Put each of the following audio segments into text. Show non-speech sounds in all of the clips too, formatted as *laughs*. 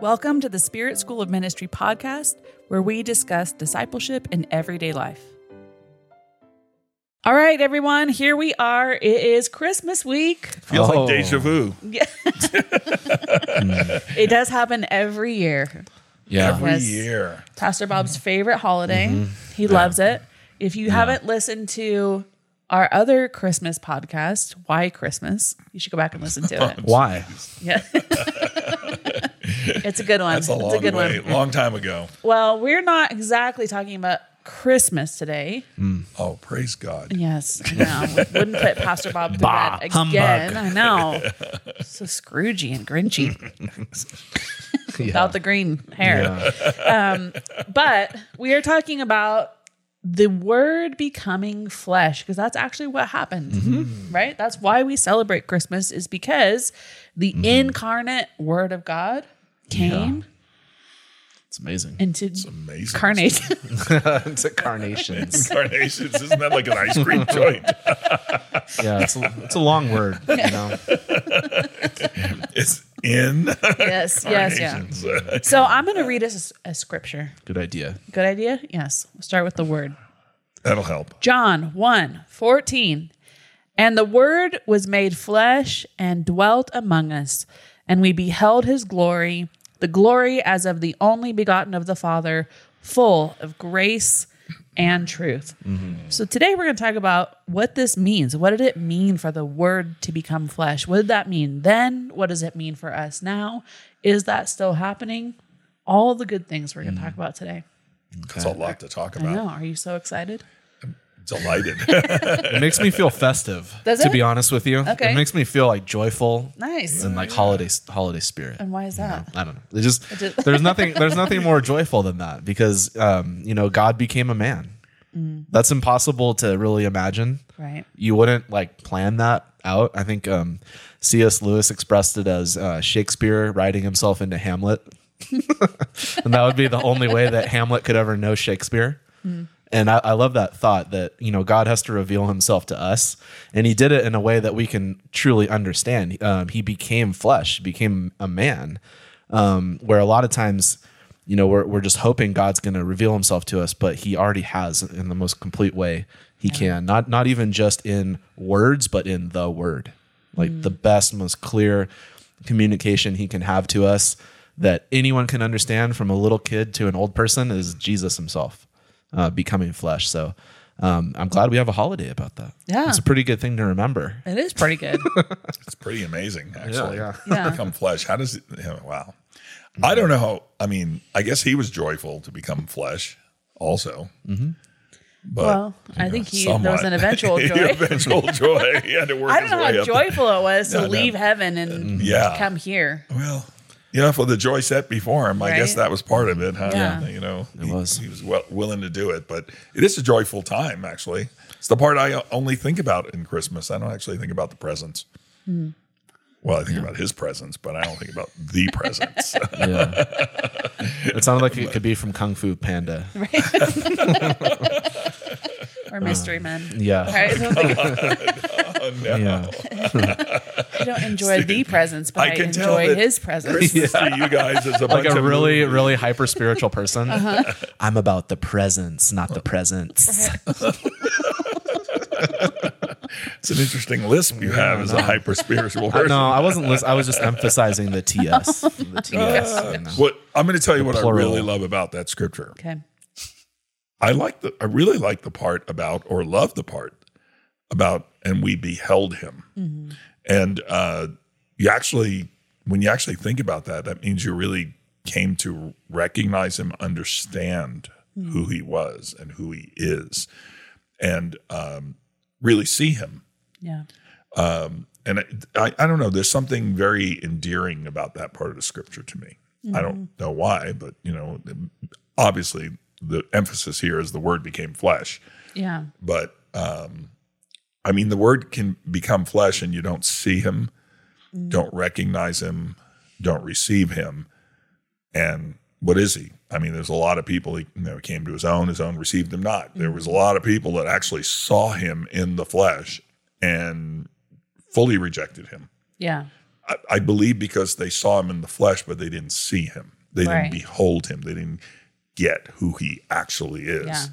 Welcome to the Spirit School of Ministry podcast, where we discuss discipleship in everyday life. All right, everyone, here we are. It is Christmas week. Feels Oh. like deja vu. Yeah. it does happen every year. Yeah. Every Yes. year. Pastor Bob's favorite holiday. Mm-hmm. He loves it. If you haven't listened to our other Christmas podcast, Why Christmas, you should go back and listen to *laughs* it. Why? Yeah. *laughs* it's a good one. That's a it's long a good way, one. long time ago. Well, we're not exactly talking about Christmas today. Oh, praise God. Yes, *laughs* I know. We Wouldn't put Pastor Bob through Bah, that humbug. again. I *laughs* know. So scroogey and grinchy without the green hair. Um, but we are talking about the word becoming flesh because that's actually what happened, Mm-hmm. right? That's why we celebrate Christmas is because the Mm-hmm. incarnate word of God came It's amazing. into Amazing. carnate. *laughs* *laughs* it's a carnations. Carnations. Isn't that like an ice *laughs* cream joint? yeah, it's a, it's a long word. *laughs* You know? It's in. yes, yes, yeah. Carnations. So I'm going to read us a scripture. Good idea. Good idea? Yes. We'll start with the word. *laughs* That'll help. John 1 14. And the Word was made flesh and dwelt among us, and we beheld his glory, the glory as of the only begotten of the Father, full of grace and truth. So today we're going to talk about what this means. What did it mean for the Word to become flesh? What did that mean then? What does it mean for us now? Is that still happening? All the good things we're going to talk about today. It's a lot to talk I know. about. Are you so excited? Delighted. *laughs* It makes me feel festive. Does to it? be honest with you, Okay. it makes me feel like joyful Nice. and like holiday holiday spirit. And why is that? I don't know. It just just- *laughs* there's nothing there's nothing more joyful than that because um, you know God became a man. Mm. That's impossible to really imagine. Right. you wouldn't like plan that out. I think um, C.S. Lewis expressed it as uh, Shakespeare writing himself into Hamlet, *laughs* and that would be the only way that Hamlet could ever know Shakespeare. And I, I love that thought that you know God has to reveal Himself to us, and He did it in a way that we can truly understand. Um, he became flesh, became a man, um, where a lot of times. You know, we're, we're just hoping God's going to reveal himself to us, but he already has in the most complete way he can. Not not even just in words, but in the word. Like the best, most clear communication he can have to us that anyone can understand from a little kid to an old person is Jesus himself uh, becoming flesh. So um, I'm glad we have a holiday about that. Yeah. It's a pretty good thing to remember. It is pretty good. *laughs* It's pretty amazing, actually. yeah. Yeah. Become flesh. How does it? yeah, Wow. I don't know how. I mean, I guess he was joyful to become flesh, also. Mm-hmm. But well, I think he there was *laughs* somewhat. an eventual joy. eventual joy. He had to *laughs* work I his don't know way how up the- joyful it was to No, no. leave heaven and Yeah. come here. Well, yeah, for the joy set before him, I guess Right. that was part of it. Huh? Yeah. You know, it was. He was well, willing to do it, but it is a joyful time, actually. It's the part I only think about in Christmas. I don't actually think about the presents. Hmm. Well, I think about his presence, but I don't think about the *laughs* presence. Yeah. it sounded like it could be from Kung Fu Panda. Or mystery Mm. men. Yeah. Right? So it's like, oh, no. *laughs* Yeah. I *laughs* don't enjoy the presence, but I, I can tell enjoy that his presence. Christmas to you guys is a Like bunch a of really, movies. really hyper spiritual person. I'm about the presence, not the presence. It's an interesting lisp you have as a hyper spiritual Uh, person. No, *laughs* I wasn't listening. I was *laughs* just emphasizing the TS. The TS. you know. What I'm going to tell you what plural. I really love about that scripture. *laughs* Okay. I like the I really like the part about or love the part about and we beheld him. And uh you actually when you actually think about that, that means you really came to recognize him, understand who he was and who he is, and um really see him. Yeah. And I, I, I don't know, there's something very endearing about that part of the scripture to me. I don't know why, but you know, obviously the emphasis here is the word became flesh Yeah. but um i mean the word can become flesh and you don't see him don't recognize him don't receive him and what is he i mean there's a lot of people he you know came to his own his own received him not there was a lot of people that actually saw him in the flesh and fully rejected him Yeah. I, I believe because they saw him in the flesh, but they didn't see him. They Right. didn't behold him. They didn't get who he actually is. Yeah.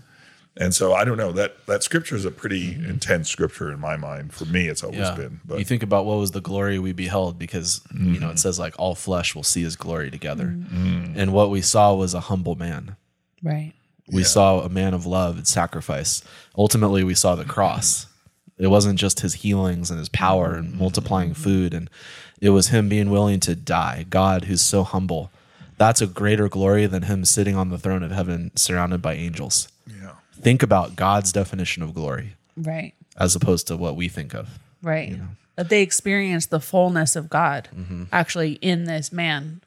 And so I don't know that that scripture is a pretty Mm-hmm. intense scripture in my mind. For me, it's always been. But you think about what was the glory we beheld because you know it says like all flesh will see his glory together and what we saw was a humble man Right. we saw a man of love and sacrifice ultimately we saw the cross it wasn't just his healings and his power and multiplying food and it was him being willing to die god who's so humble that's a greater glory than him sitting on the throne of heaven surrounded by angels yeah, think about god's definition of glory Right. as opposed to what we think of Right. That they experienced the fullness of God Mm-hmm. actually in this man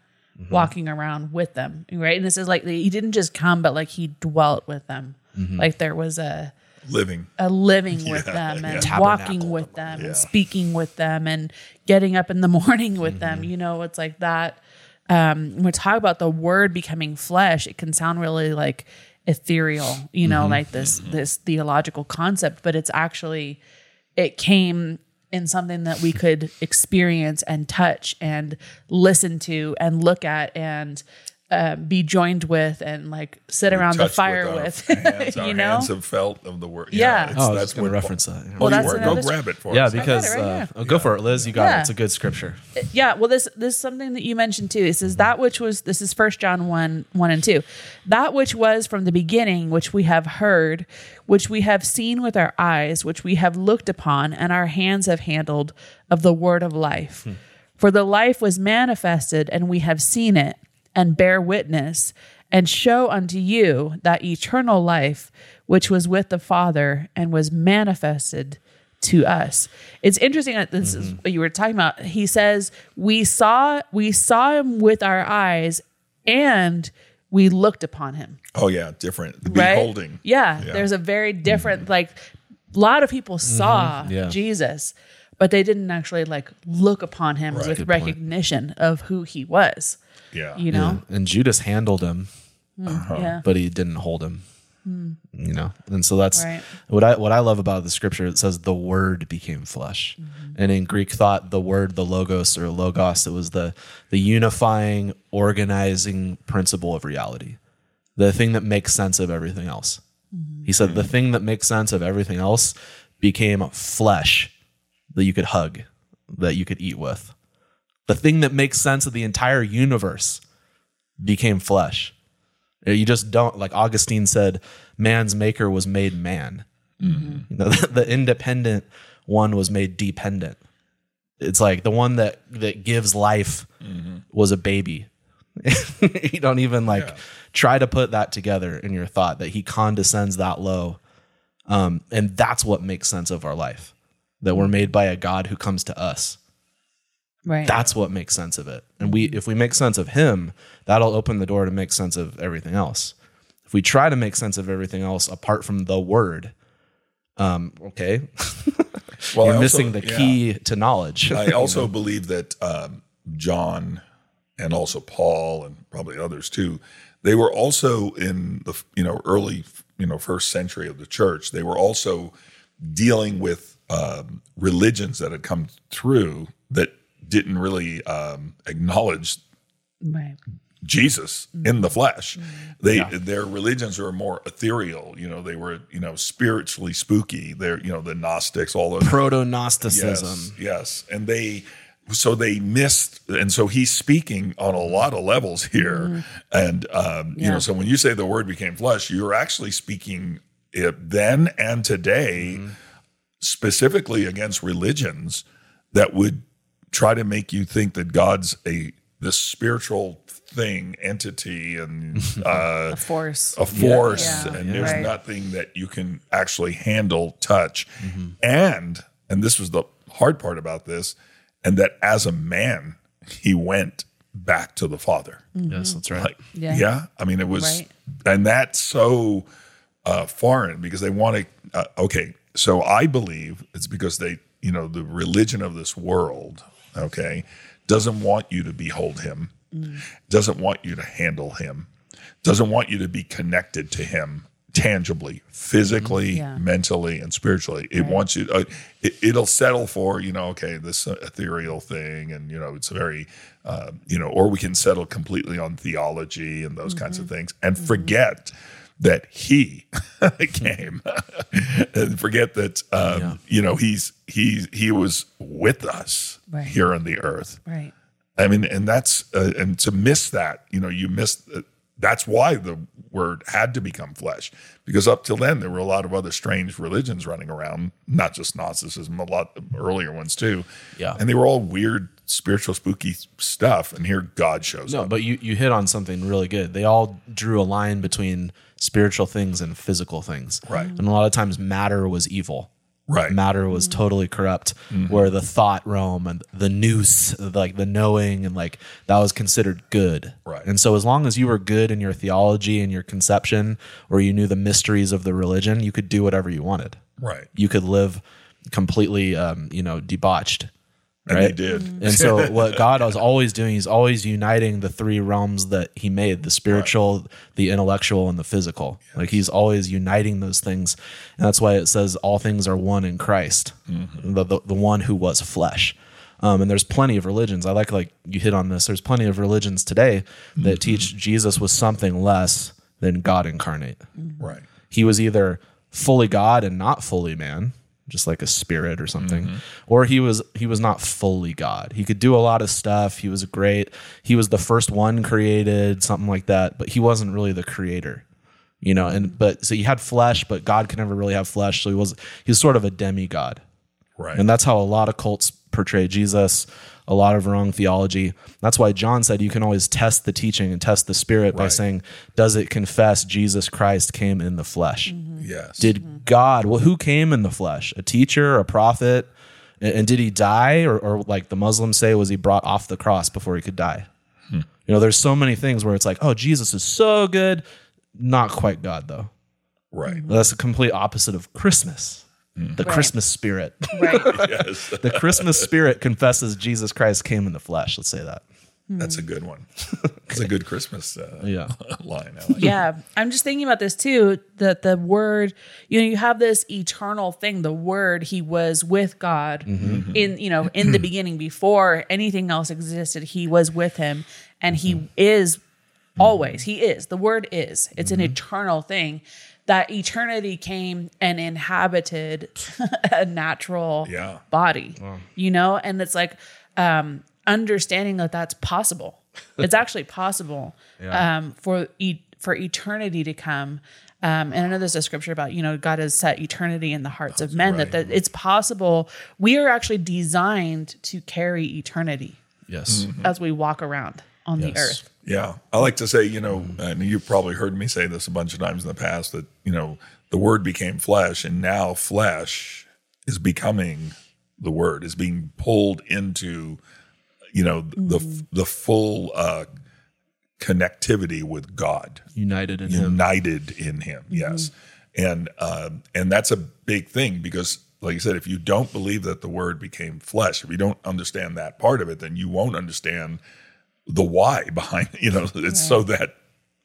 walking around with them. Right. And this is like he didn't just come, but like he dwelt with them. Mm-hmm. Like there was a living. a living with them and yeah. walking Tabernacle. with them Yeah. and speaking with them and getting up in the *laughs* morning with them. You know, it's like that. Um, when we talk about the word becoming flesh, it can sound really like ethereal, you know, like this this theological concept, but it's actually it came in something that we could experience and touch and listen to and look at and uh, be joined with and like sit around the touch fire our with, *laughs* *laughs* hands, our you know. hands have felt of the word. Yeah. it's- Oh, I was just gonna what- reference that. Oh, Well, you that's were. Go another- grab it for Yeah, us. because right uh, here. oh, go for it, Liz. You got Yeah. it. It's a good scripture. yeah well this this is something that you mentioned too it says that which was this is first john 1 1 and 2 that which was from the beginning which we have heard which we have seen with our eyes which we have looked upon and our hands have handled of the word of life for the life was manifested and we have seen it and bear witness and show unto you that eternal life which was with the father and was manifested to us. It's interesting that this Mm-hmm. is what you were talking about. He says, "We saw we saw him with our eyes and we looked upon him." Oh yeah, different. The Right? Beholding. Yeah, Yeah. Mm-hmm. there's a very different like a lot of people saw Yeah. Jesus, but they didn't actually like look upon him Right. with Good recognition of who he was, Yeah. Uh-huh. you know? And Judas handled him, Yeah. Hmm. but he didn't hold him. You know, and so that's Right. what I what I love about the scripture. It says the Word became flesh, Mm-hmm. and in Greek thought, the Word, the Logos or Logos, it was the the unifying, organizing principle of reality, the thing that makes sense of everything else. Mm-hmm. He said the thing that makes sense of everything else became flesh that you could hug, that you could eat with. The thing that makes sense of the entire universe became flesh. Uh, You just don't, like Augustine said, man's maker was made man. You know, *laughs* the, the independent one was made dependent. It's like the one that, that gives life was a baby. *laughs* you don't even like try to put that together in your thought that he condescends that low. Um, and that's what makes sense of our life that we're made by a God who comes to us. Right. That's what makes sense of it. And we if we make sense of him, that'll open the door to make sense of everything else. If we try to make sense of everything else apart from the word, um, okay, you're Well, Oh, I also- missing the yeah. key to knowledge. *laughs* I also believe that um, John and also Paul and probably others too, they were also in the you know early you know first century of the church. They were also dealing with um, religions that had come through that didn't really um, acknowledge right. Jesus in the flesh. They their religions were more ethereal. You know, they were you know spiritually spooky. They're you know the Gnostics, all those Proto Gnosticism. Yes, yes. And they, so they missed, and so he's speaking on a lot of levels here. And, um, you Yeah. know, so when you say the word became flesh, you're actually speaking it then and today specifically against religions that would try to make you think that God's a, this spiritual thing, entity, and uh, The force. a force Yeah. and there's Right. nothing that you can actually handle touch and and this was the hard part about this and that as a man he went back to the father Yes, that's right. like Yeah. yeah. i mean it was Right. and that's so uh foreign because they want to uh, okay so i believe it's because they you know the religion of this world okay doesn't want you to behold him Mm. doesn't want you to handle him doesn't want you to be connected to him tangibly, physically, Yeah. mentally, and spiritually. It Right. wants you. Uh, it, it'll settle for you know, okay, this uh, ethereal thing, and you know, it's very, uh, you know, or we can settle completely on theology and those kinds of Mm-hmm. things, and forget that he *laughs* came, and forget that um, you know he's he he was with us Right. here on the earth. Right. I mean, and that's uh, and to miss that, you know, you miss. Uh, that's why the word had to become flesh, because up till then there were a lot of other strange religions running around, not just Gnosticism, a lot of earlier ones too. Yeah. and they were all weird, spiritual, spooky stuff. And here God shows No, up. but you, you hit on something really good. They all drew a line between spiritual things and physical things. Right. And a lot of times matter was evil. Right. Mm-hmm. Matter was totally corrupt, where the thought realm and the noose, like the knowing, and like that was considered good. Right. And so, as long as you were good in your theology and your conception, or you knew the mysteries of the religion, you could do whatever you wanted. Right, You could live completely, um, you know, debauched. and right? they did. *laughs* And so, what God is always doing, He's always uniting the three realms that He made the spiritual, the intellectual, and the physical. Like, He's always uniting those things. And that's why it says all things are one in Christ, the, the, the one who was flesh. Um, and there's plenty of religions. I like, like you hit on this, there's plenty of religions today that teach Jesus was something less than God incarnate Right, he was either fully god and not fully man just like a spirit or something or he was he was not fully god he could do a lot of stuff he was great he was the first one created something like that but he wasn't really the creator you know and but so he had flesh but god could never really have flesh so he was he was sort of a demigod right, and that's how a lot of cults portray Jesus, a lot of wrong theology. That's why John said you can always test the teaching and test the spirit by Right. saying, does it confess Jesus Christ came in the flesh? yes, Did God, well, who came in the flesh? A teacher, a prophet? And, and did he die? Or, or like the Muslims say, was he brought off the cross before he could die? You know, there's so many things where it's like, oh, Jesus is so good. Not quite God, though. right, That's the complete opposite of Christmas, the Christmas spirit *laughs* Right. yes. the Christmas spirit confesses Jesus Christ came in the flesh. Let's say that. That's a good *laughs* one. It's a good Christmas uh, Yeah. *laughs* line. I *laughs* like. yeah i'm just thinking about this too that the word you know you have this eternal thing the word he was with god in you know in the beginning before anything else existed he was with him and he is always he is the word is it's Mm-hmm. an eternal thing that eternity came and inhabited *laughs* a natural Yeah. body you know and it's like um understanding that that's possible *laughs* it's actually possible um for e- for eternity to come um, and I know there's a scripture about you know God has set eternity in the hearts of men that, right. that it's possible we are actually designed to carry eternity Yes. Mm. as we walk around on the Yes. earth. Yeah. I like to say, you know, and you've probably heard me say this a bunch of times in the past that, you know, the word became flesh and now flesh is becoming the word, is being pulled into, you know, the the full uh connectivity with God United in Him. Mm-hmm. united in him yes and um, and that's a big thing because like you said if you don't believe that the word became flesh if you don't understand that part of it then you won't understand the why behind *laughs* you know it's so that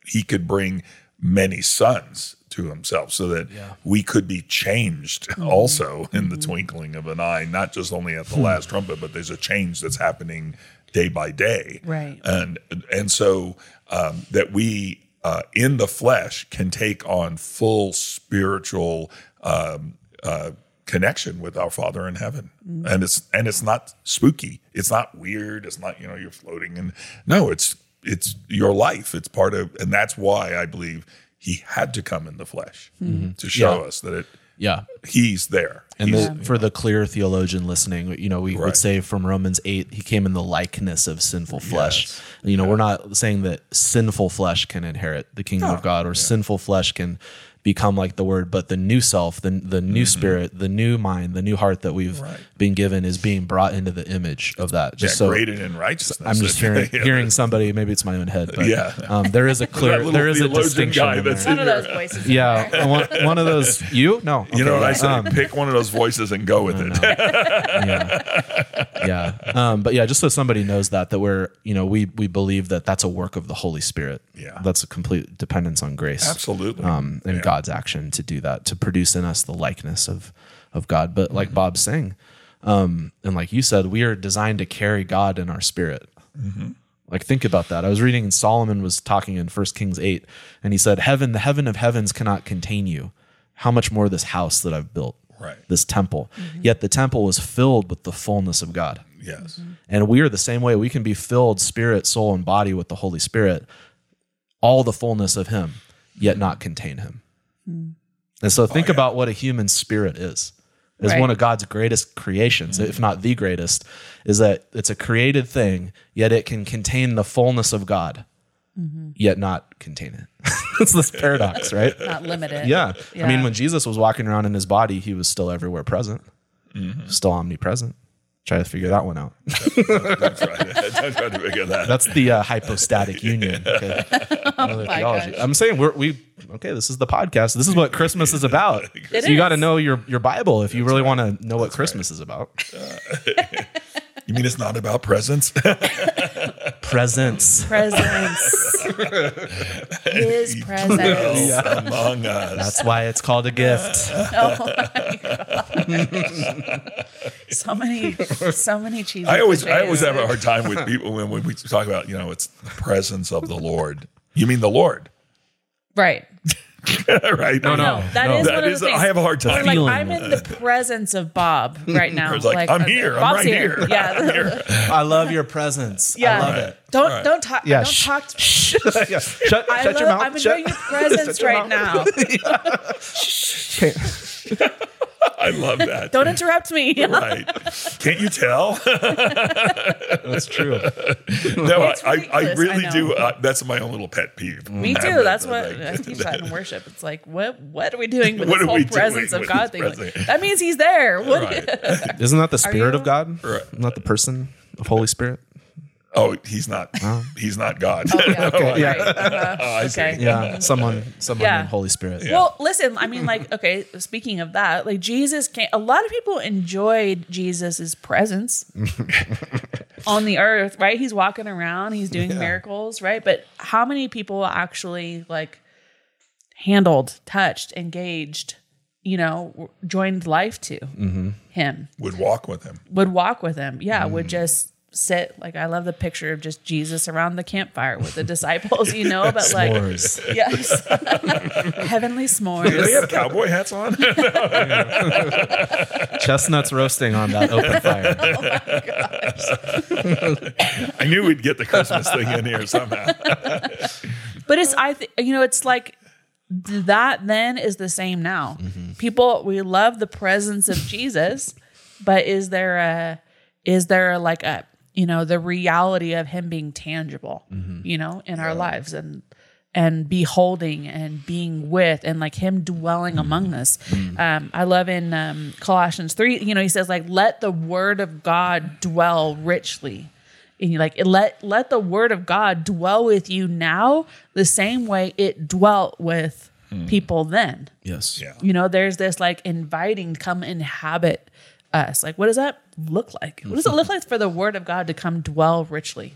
he could bring many sons to himself so that we could be changed Mm-hmm. also in the twinkling of an eye not just only Hmm. at the last trumpet but there's a change that's happening day by day Uh, Right. and and so um, that we uh, in the flesh can take on full spiritual um, uh, connection with our Father in heaven, and it's and it's not spooky, it's not weird, it's not you know you're floating, and no, it's it's your life, it's part of, and that's why I believe he had to come in the flesh to show us that it Yeah. he's there. And He's- the, for the clear theologian listening, you know, we Right. would say from Romans 8, he came in the likeness of sinful flesh. You know, we're not saying that sinful flesh can inherit the kingdom of God or sinful flesh can become like the word, but the new self, the, the new spirit, the new mind, the new heart that we've been given is being brought into the image of that. yeah, Just so created in righteousness. I'm *laughs* just hearing, Yeah, hearing somebody, maybe it's my own head, but Yeah. um, there is a *laughs* that clear, little there is a theologian distinction. guy in that's there. One of those voices. Yeah, one, one of *laughs* those. You no, You Okay, know what yeah. I say? Um, pick one of those voices and go with it. yeah, yeah. Um, but yeah, just so somebody knows that that we're you know we we believe that that's a work of the Holy Spirit. Yeah. that's a complete dependence on grace. *laughs* Absolutely. Um, and Yeah. God's action to do that, to produce in us the likeness of of God. But like Mm-hmm. Bob's saying, um, and like you said, we are designed to carry God in our spirit. Mm-hmm. Like think about that. I was reading Solomon was talking in 1 Kings 8 and he said, "Heaven, the heaven of heavens cannot contain you. How much more this house that I've built, Right. this temple." Yet the temple was filled with the fullness of God. Yes. *laughs* And we are the same way. We can be filled spirit, soul and body with the Holy Spirit, all the fullness of him, yet not contain him. Hmm. And so think about what a human spirit is. It's Right. one of God's greatest creations, if not the greatest, is that it's a created thing, yet it can contain the fullness of God, Mm-hmm. yet not contain it. *laughs* it's this paradox, right? Not limited. Yeah. I Yeah. mean, when Jesus was walking around in his body, he was still everywhere present, still omnipresent. Try to figure that one out. I tried to figure that. That's the uh, hypostatic union. Okay. Another theology. Oh gosh. I'm saying we're, we okay. This is the podcast. This is what Christmas is about. It you got to is. know your your Bible if you really want to know what Christmas is about. you mean it's not about presents? Presence. Presence. *laughs* His presence. *laughs* among us. That's why it's called a gift. So many, so many cheesy. I always I cliches. always have a hard time *laughs* with people when, when we talk about, you know, it's the presence of the Lord. You mean the Lord? *laughs* right. right? No, Oh, no. That is That one is of the things. I have a hard time. like feeling. I'm in the presence of Bob right *laughs* now. uh, It's like, I'm here. I'm Bob's right here. *laughs* Yeah. I love your presence. Yeah. I love it. Don't don't talk. Yeah, Don't *laughs* shh. talk. To Yeah. Shut, I shut love, your mouth. I'm shut. *laughs* enjoying your presence your right now. *laughs* I love *laughs* that. Don't interrupt me. right. Can't you tell? *laughs* That's true. no, I, It's I, I ridiculous, really I do. know. Mm. Uh, that's my own little pet *laughs* peeve. Me I too. have That's that, what like, *laughs* I teach that in worship. It's like, what what are we doing with What this are we whole doing presence of with God this thing? Like, presence? that means he's there. What *laughs* *laughs* right. Isn't that the spirit you- of God? Right. Not the person of Holy Spirit. Oh, he's not. He's not God. Oh, *laughs* yeah. *laughs* Okay. Yeah. Right. Uh-huh. *laughs* okay. Yeah. Someone. Someone. Yeah. named Holy Spirit. Well, listen, I mean, like, okay, speaking of that, like, Jesus came, a lot of people enjoyed Jesus's *laughs* presence on the earth, right? He's walking around, he's doing miracles, right? But how many people actually, like, handled, touched, engaged, you know, w- joined life to Mm-hmm. him, Would walk with him. would walk with him? Yeah, Mm. would just sit. Like, I love the picture of just Jesus around the campfire *laughs* with the disciples, you know, but like, S'mores. yes, *laughs* heavenly s'mores. Do they have cowboy *laughs* hats on? Chestnuts roasting on that open fire. I knew we'd get the Christmas thing in here somehow. But it's I th- you know it's like th- that then is the same now. People we love the presence of Jesus, but is there a is there like a you know the reality of him being tangible, you know, in our lives and and beholding and being with and like him dwelling among us. Um, I love in um, Colossians 3, you know, he says like let the word of God dwell richly and you like let let the word of God dwell with you now the same way it dwelt with people then. Yes. Yeah. You know, there's this like inviting come inhabit us. Like what does that look like? What does it look like for the word of God to come dwell *laughs* richly?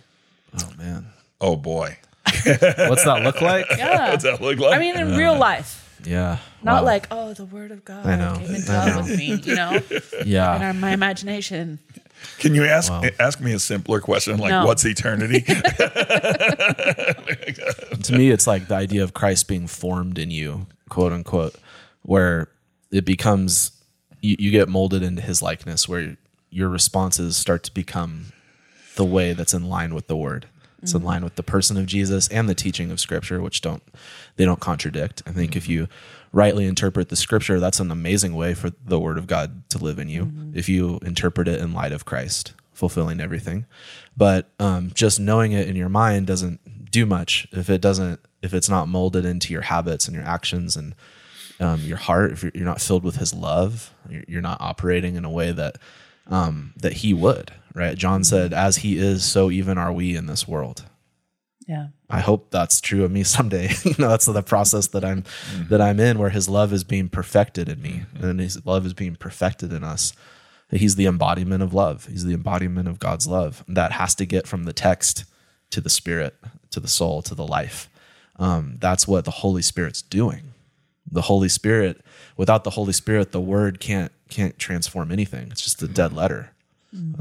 Oh man. Oh boy, What's that look like? Yeah. does that look like? I mean *laughs* in real life. Yeah. Not Wow. like, oh, the word of God I know. came and I dwelt know. with me, you *laughs* know, and yeah. on my imagination. can you ask Wow. ask me a simpler question like No. *laughs* what's eternity? to me, it's like the idea of Christ being formed in you, quote unquote, where it becomes you, you get molded into His likeness, where your responses start to become the way that's in line with the Word. It's in line with the person of Jesus and the teaching of Scripture, which don't they don't contradict. I think if you rightly interpret the Scripture, that's an amazing way for the Word of God to live in you. If you interpret it in light of Christ, fulfilling everything, but um, just knowing it in your mind doesn't do much if it doesn't if it's not molded into your habits and your actions and um, your heart, if you're, you're not filled with His love, you're, you're not operating in a way that um, that He would. Right? John said, "As He is, so even are we in this world." Yeah. I hope that's true of me *laughs* someday. you know, that's the process that I'm that I'm in, where His love is being perfected in me, and His love is being perfected in us. He's the embodiment of love. He's the embodiment of God's love. That has to get from the text to the spirit, to the soul, to the life. Um, that's what the Holy Spirit's doing the Holy Spirit. Without the Holy Spirit, the Word can't can't transform anything. It's just a dead letter.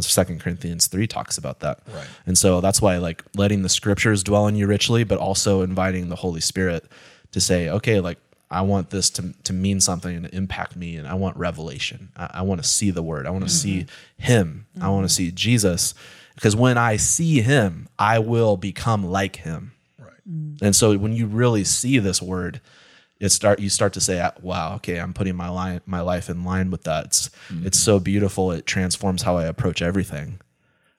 Second Corinthians three talks about that. Right. And so that's why like letting the Scriptures dwell in you richly, but also inviting the Holy Spirit to say, okay, like I want this to to mean something and to impact me, and I want revelation. I, I want to see the Word. I want to see Him. I want to see Jesus. Because when I see him, I will become like him. Right. And so when you really see this word, it start you start to say, "Ah, "Wow, okay, I'm putting my line, my life in line with that." It's it's so beautiful. It transforms how I approach everything.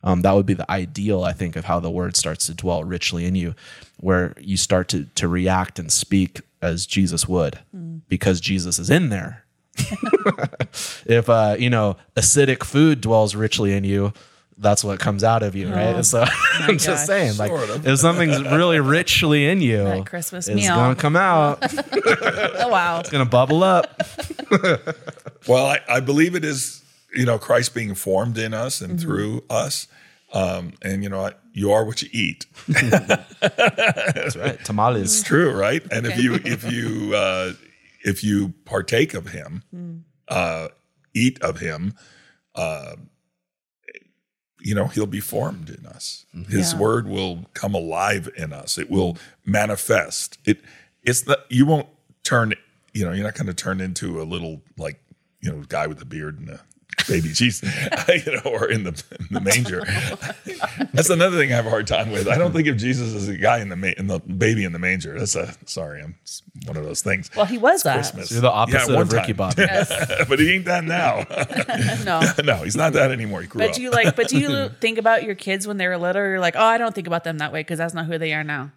Um, that would be the ideal, I think, of how the word starts to dwell richly in you, where you start to to react and speak as Jesus would, because Jesus is in there. *laughs* if uh, you know acidic food dwells richly in you, that's what comes out of you, right? And so *laughs* I'm gosh. just saying, like, Sort of. if something's really richly in you, That Christmas it's meal. gonna come out. It's Oh wow. gonna bubble up. Well, I, I believe it is, you know, Christ being formed in us Mm-hmm. and through us. Um, and, you know, I- you are what you eat. That's right. Mm. Tamales. True, right? And if you if you uh, if you partake of him, Mm. uh, eat of him, uh, you know he'll be formed in us. Mm-hmm. His Yeah. word will come alive in us. It will manifest. It it's not you won't turn. You know you're not going to turn into a little like you know guy with a beard and a *laughs* baby Jesus, *laughs* you know, or in the, in the manger. *laughs* That's another thing I have a hard time with. I don't think of Jesus as a guy in the ma- in the baby in the manger. That's a sorry, I'm it's one of those things. Well, he was that. Christmas. You're the opposite Yeah, one of Ricky time. *laughs* Bobby. but he ain't that now. *laughs* No. no, he's not that anymore. He grew But up. do you like? But do *laughs* you think about your kids when they were little? Or you're like, oh, I don't think about them that way because that's not who they are now.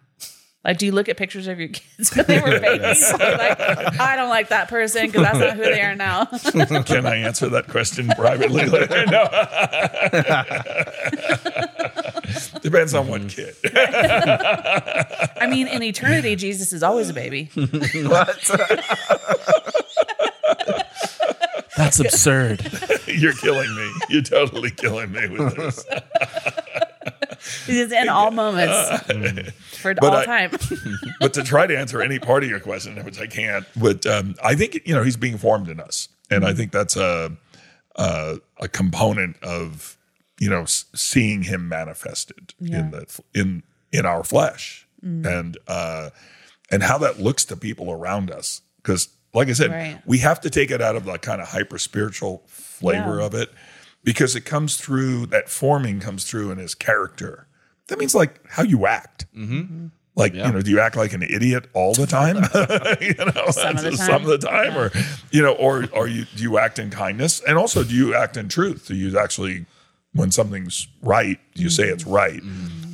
Like, do you look at pictures of your kids *laughs* when they were babies? and you're like, I don't like that person because that's not who they are *laughs* now. Can I answer that question privately *laughs* later? No. Depends on what kid. *laughs* I mean, in eternity, Jesus is always a baby. That's absurd. You're killing me. You're totally killing me with this. He's in all moments *laughs* for all I- time. but to try to answer any part of your question, which I can't, but um, I think you know he's being formed in us, and Mm-hmm. I think that's a a, a component of you know s- seeing him manifested in the f- in in our flesh, Mm. and uh, and how that looks to people around us, because like I said, Right. we have to take it out of the kind of hyper spiritual flavor Yeah. of it because it comes through that forming comes through in his character. That means like how you act. Like, you know, do you act like an idiot all *laughs* the time? *laughs* you know, Some of the *laughs* some of the time, or you know, or are you do you act in kindness? And also, do you act in truth? Do you actually, when something's right, do you say it's Mm. right,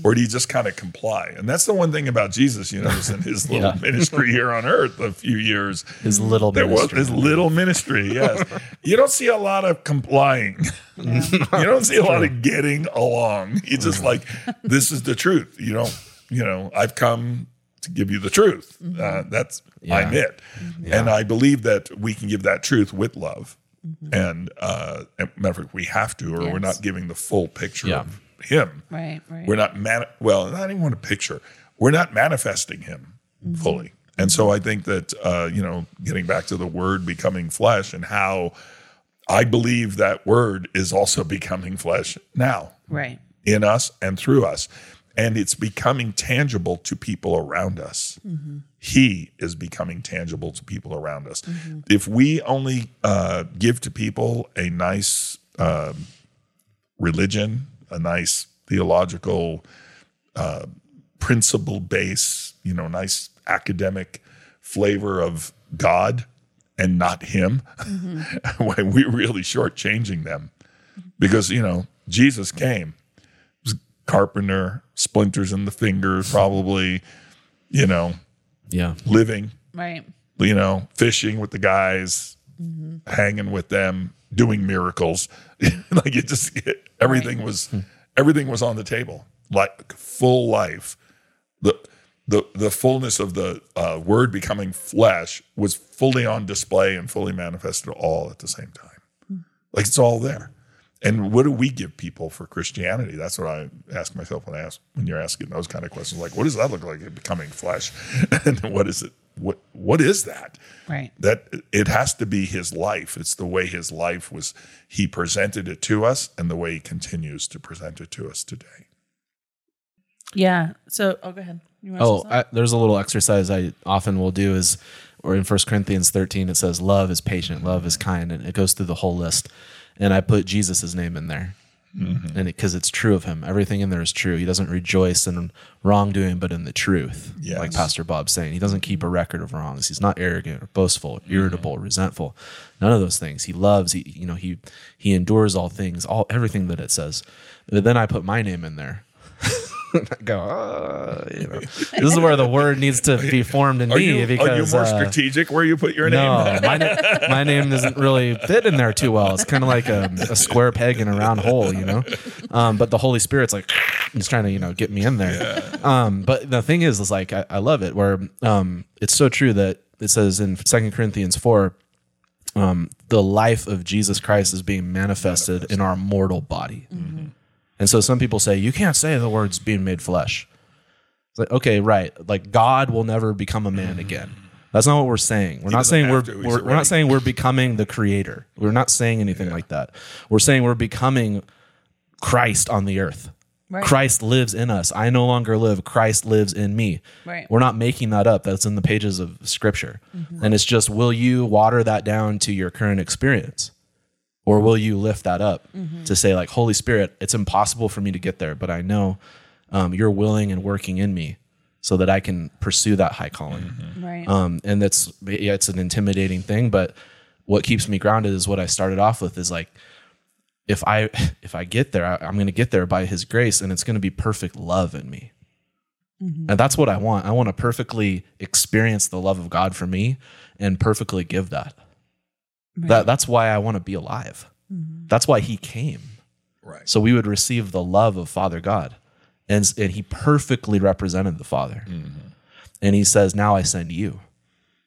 or do you just kind of comply? And that's the one thing about Jesus, you notice *laughs* in his little ministry here on earth, a few years, His little there was ministry. this little ministry. Yes, *laughs* you don't see a lot of complying. you don't see a lot of getting along. You *laughs* just like this is the truth. You don't. You know, I've come to give you the truth. Uh, that's I'm Mm-hmm. Yeah. Mm-hmm. it, and I believe that we can give that truth with love. And uh, and matter of fact, we have to, or we're Yes. not giving the full picture Yeah. of him. right, right. We're not man. Well, I don't even want a picture. We're not manifesting him fully, and so I think that uh, you know, getting back to the word becoming flesh and how I believe that word is also becoming flesh now right. in us and through us, and it's becoming tangible to people around us. He is becoming tangible to people around us. If we only uh, give to people a nice um, religion, a nice theological uh, principle base, you know, nice academic flavor of God and not Him, when *laughs* we're really shortchanging them. Because, you know, Jesus came, He was a carpenter, splinters in the finger, probably, you know, Yeah. living, Right. you know, fishing with the guys, hanging with them, doing miracles. *laughs* like it just it, everything was everything was on the table. Like full life. The the the fullness of the uh, word becoming flesh was fully on display and fully manifested all at the same time. Like it's all there. And what do we give people for Christianity? That's what I ask myself when I *laughs* ask when you're asking those kind of questions. Like, what does that look like? Becoming flesh, and what is it? What what is that? Right. That it has to be his life. It's the way his life was. He presented it to us, and the way he continues to present it to us today. Yeah. So, oh, go ahead. You wanna Oh, say something? I, there's a little exercise I often will do is, or in First Corinthians 13, it says, Love is patient, love is kind, and it goes through the whole list. And I put Jesus' name in there. Mm-hmm. And because it's true of him, everything in there is true. He doesn't rejoice in wrongdoing, but in the truth. Like Yes. Pastor Bob's saying, he doesn't keep a record of wrongs. He's not arrogant or boastful, Mm-hmm. irritable, resentful. None of those things. He loves. He you know he he endures all things, all everything that it says. But then I put my name in there. *laughs* I go, "Ah," you know. this is where the word needs to be formed in Are me you, because are you more uh, strategic where you put your name? no, my, na- my name doesn't really fit in there too well. It's kind of like a, a square peg in a round hole, you know. Um, but the Holy Spirit's like, he's trying to you know get me in there. Um, but the thing is, is like I, I love it where um, it's so true that it says in Second Corinthians four, um, the life of Jesus Christ is being manifested in our mortal body. And so some people say you can't say the words being made flesh. It's like, okay, right. Like God will never become a man again. That's not what we're saying. We're not doesn't saying we're, have to. He's we're, we're already- not saying we're becoming the creator. We're not saying anything like that. We're saying we're becoming Christ on the earth. Right. Christ lives in us. I no longer live. Christ lives in me. Right. Mm-hmm. We're not making that up. That's in the pages of scripture. And it's just will you water that down to your current experience? Or will you lift that up Mm-hmm. to say, like, Holy Spirit, it's impossible for me to get there, but I know um, you're willing and working in me so that I can pursue that high calling. right. Um, and that's yeah, it's an intimidating thing, but what keeps me grounded is what I started off with is like if I *laughs* if I get there, I, am gonna get there by his grace and it's gonna be perfect love in me. And that's what I want. I want to perfectly experience the love of God for me and perfectly give that. That that's why I want to be alive. That's why he came. Right. So we would receive the love of Father God. And, and he perfectly represented the Father. Mm-hmm. And he says, Now I send you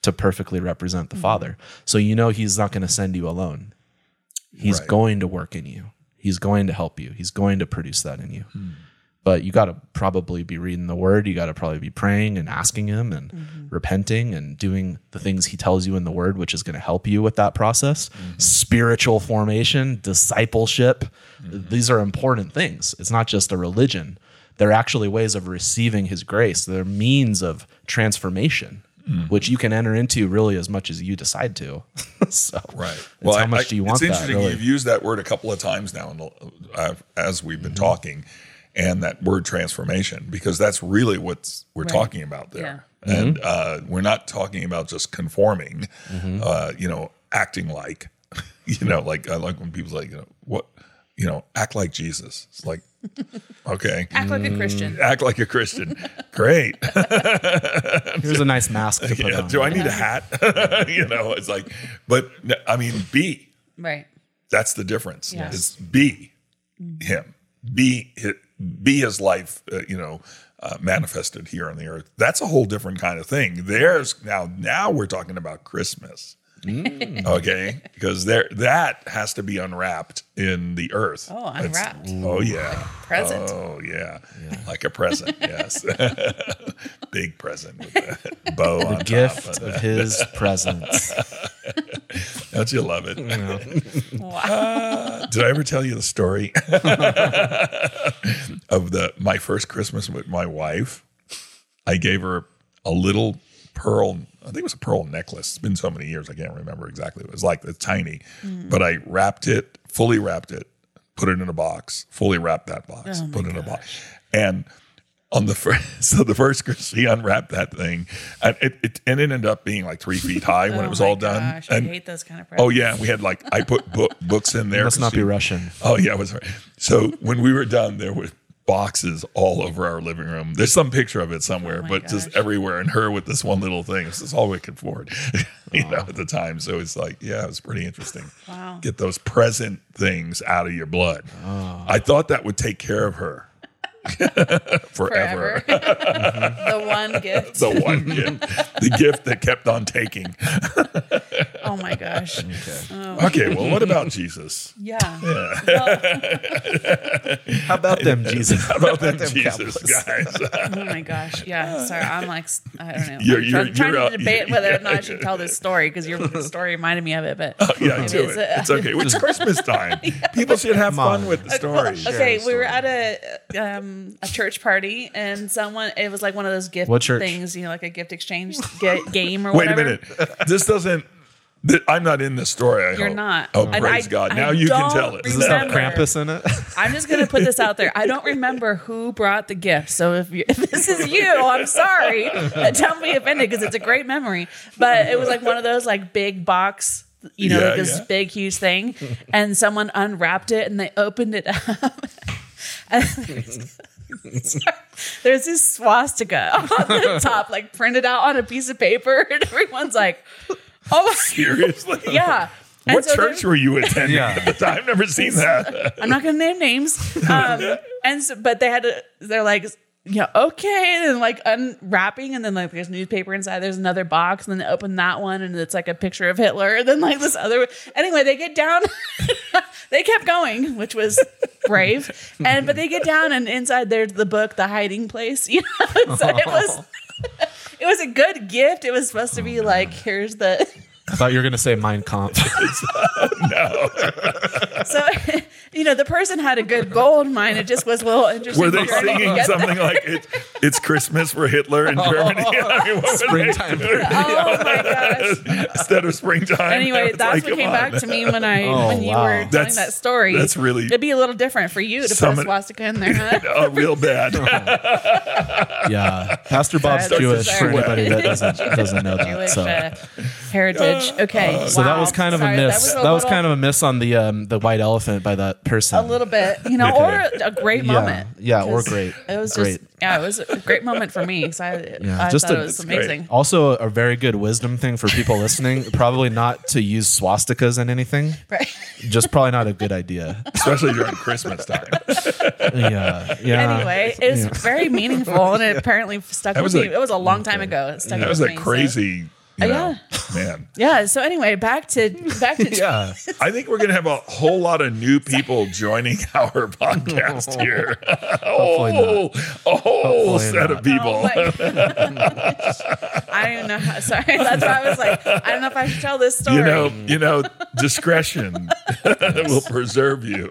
to perfectly represent Mm-hmm. the Father. So you know he's not going to send you alone. He's Right. going to work in you, he's going to help you, he's going to produce that in you. But you got to probably be reading the word. You got to probably be praying and asking him and repenting and doing the things he tells you in the word, which is going to help you with that process. Mm-hmm. Spiritual formation, discipleship. Mm-hmm. These are important things. It's not just a religion. They're actually ways of receiving his grace. They're means of transformation, Mm-hmm. which you can enter into really as much as you decide to. *laughs* so, Right. it's how much do you want It's that? interesting. Really? You've used that word a couple of times now, in the- uh, as we've Mm-hmm. been talking, and that word transformation, because that's really what we're talking about there. And Mm-hmm. uh, we're not talking about just conforming, uh, you know, acting like, *laughs* you know, like I like when people like, you know, what, you know, act like Jesus. It's *laughs* like, okay, Act like a Christian. act like a Christian. *laughs* Great. Here's a nice mask to put *laughs* Yeah, on. do I need a hat? *laughs* you know, it's like, but no, I mean, be. Right. That's the difference. Yes. Mm-hmm. It's be him, be hi- be his life, uh, you know, uh, manifested here on the earth. That's a whole different kind of thing. There's now now we're talking about Christmas. Okay, because there that has to be unwrapped in the earth. Oh, It's- unwrapped. Oh yeah. Present. Oh yeah. Like a present. Yes. *laughs* Big present with a bow on top. Gift of his presence. Don't you love it? *laughs* Uh, Wow. Did I ever tell you the story *laughs* of the my first Christmas with my wife? I gave her a little pearl. I think it was a pearl necklace. It's been so many years, I can't remember exactly. It was like the tiny, Mm. but I wrapped it, fully wrapped it, put it in a box, fully wrapped that box, Oh put it in a box, and on the first, *laughs* so the first Christmas, he unwrapped that thing, and it, it and it ended up being like three feet high when Oh it was my all done. gosh, and I hate those kind of oh presents. yeah, we had like I put book, books in there. Let's not 'cause be she- Russian. Oh yeah, it was her. So when we were done, there were boxes all over our living room. There's some picture of it somewhere, Oh my but just gosh. everywhere, and her with this one little thing. This is all we could afford, *laughs* you know, at the time. So it's like, yeah, it was pretty interesting. Wow. Get those present things out of your blood. Ah. I thought that would take care of her *laughs* forever. Oh, Forever. *laughs* the one gift. The one gift, the gift that kept on taking. Oh Oh my gosh. *laughs* Oh. Okay, well, what about Jesus? Yeah. How about *laughs* them, Jesus? How about them, them Jesus, guys? *laughs* Oh my gosh. Yeah. Sorry. I'm like, s- I don't know. I'm You're- try- you're- trying you're to out- debate you're- whether or not I should tell *laughs* this story because your story reminded me of it. But Oh, yeah, Maybe do it's it. a- *laughs* It's okay. It's Christmas time. People should have Come fun on. with the Well, story. okay, the we were story. at a um, a church party, and someone it was like one of those gift What church? things, you know, like a gift exchange ga- game or Wait a whatever. minute. This doesn't. th- I'm not in this story. I You're hope. not. Oh, And praise I- God! I Now you can don't tell it. Does this have Remember. Krampus in it? I'm just gonna put this out there. I don't remember who brought the gift, so if, you, *laughs* if this is you, I'm sorry. *laughs* Don't be offended because it's a great memory. But it was like one of those like big box. You know, Yeah, like this yeah. big, huge thing, and someone unwrapped it and they opened it up. *laughs* And there's- There's this swastika *laughs* on the top, like printed out on a piece of paper, and everyone's like, "Oh, my- Seriously? yeah." And What so they're- church were you attending Yeah. at the time? I've never seen that. *laughs* I'm not gonna name *laughs* names. Um, and so, but they had to, they're like, yeah, okay, and like unwrapping, and then like there's newspaper inside. There's another box, and then they open that one, and it's like a picture of Hitler. And then like this other. Anyway, they get down. *laughs* they kept going, which was brave. And but they get down, and inside there's the book, the hiding place. *laughs* You know, so it *laughs* was. Oh. *laughs* It was a good gift. It was supposed to be like, here's the *laughs* *laughs* I thought you were gonna say Mein *laughs* Kampf. so *laughs* you know the person had a good goal in mind. It just was a little interesting. Were they for me to singing get something like it, "It's Christmas" for *laughs* Hitler in Germany? *laughs* I mean, what were they Springtime. *laughs* doing? Oh my gosh. Instead of springtime. Anyway, it's that's like, what come came on. back to me when I *laughs* Oh, when you wow. were telling That's- that story. that's really- it'd be a little different for you to put a Someone- swastika *laughs* in there. Huh? Oh, *laughs* real bad. yeah, Pastor Bob's Sorry, Jewish sorry. for anybody *laughs* that doesn't doesn't know that. Jewish So. Uh, uh, heritage. Okay, So that was kind of a miss. That was, a little- kind of a miss on the um, the white elephant by that person. a little bit, you know, or a great *laughs* Yeah. moment. Yeah, or 'Cause great. It was Great. just yeah, it was a great moment for me. 'cause I, *laughs* Yeah, I just thought a- it was it's great. *laughs* amazing. Also, a very good wisdom thing for people listening: *laughs* probably not to use swastikas in anything. Right. Just probably not a *laughs* good idea. Especially during Christmas time. Yeah, yeah. Anyway, it was very meaningful, *laughs* and it apparently stuck That with was me. a- It was a Mm, long time ago. It stuck That with was a me, so- crazy. You know, Oh, Man. Yeah. So anyway, back to back to *laughs* yeah. I think we're going to have a whole lot of new people joining *laughs* our *laughs* podcast here. Hopefully oh, a whole Hopefully set of not. people. Oh my gosh. *laughs* I don't even know how. Sorry, *laughs* that's why I was like, I don't know if I should tell this story. you know, Mm. you know, *laughs* discretion *laughs* will preserve you.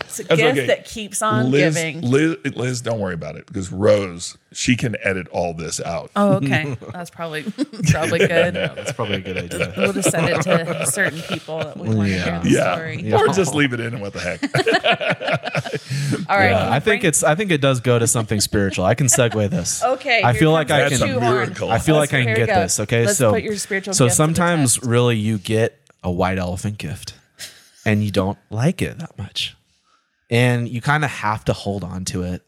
it's a gift okay. that keeps on Liz, giving. Liz, Liz, don't worry about it because Rose, she can edit all this out. oh, okay, that's probably probably good. *laughs* Yeah, that's probably a good idea. We'll just send it to certain people that we want to hear Yeah. the yeah. story. Yeah. or just leave it in. and What the heck? All right, Yeah, I think Bring- it's. I think it does go to something spiritual. I can segue this. *laughs* Okay, I here feel like comes I the can. shoehorn. miracle. I feel Let's- like I here can we get go. this. Okay, Let's so put your spiritual so gift to the sometimes test. really you get a white elephant gift, and you don't like it that much, and you kind of have to hold on to it,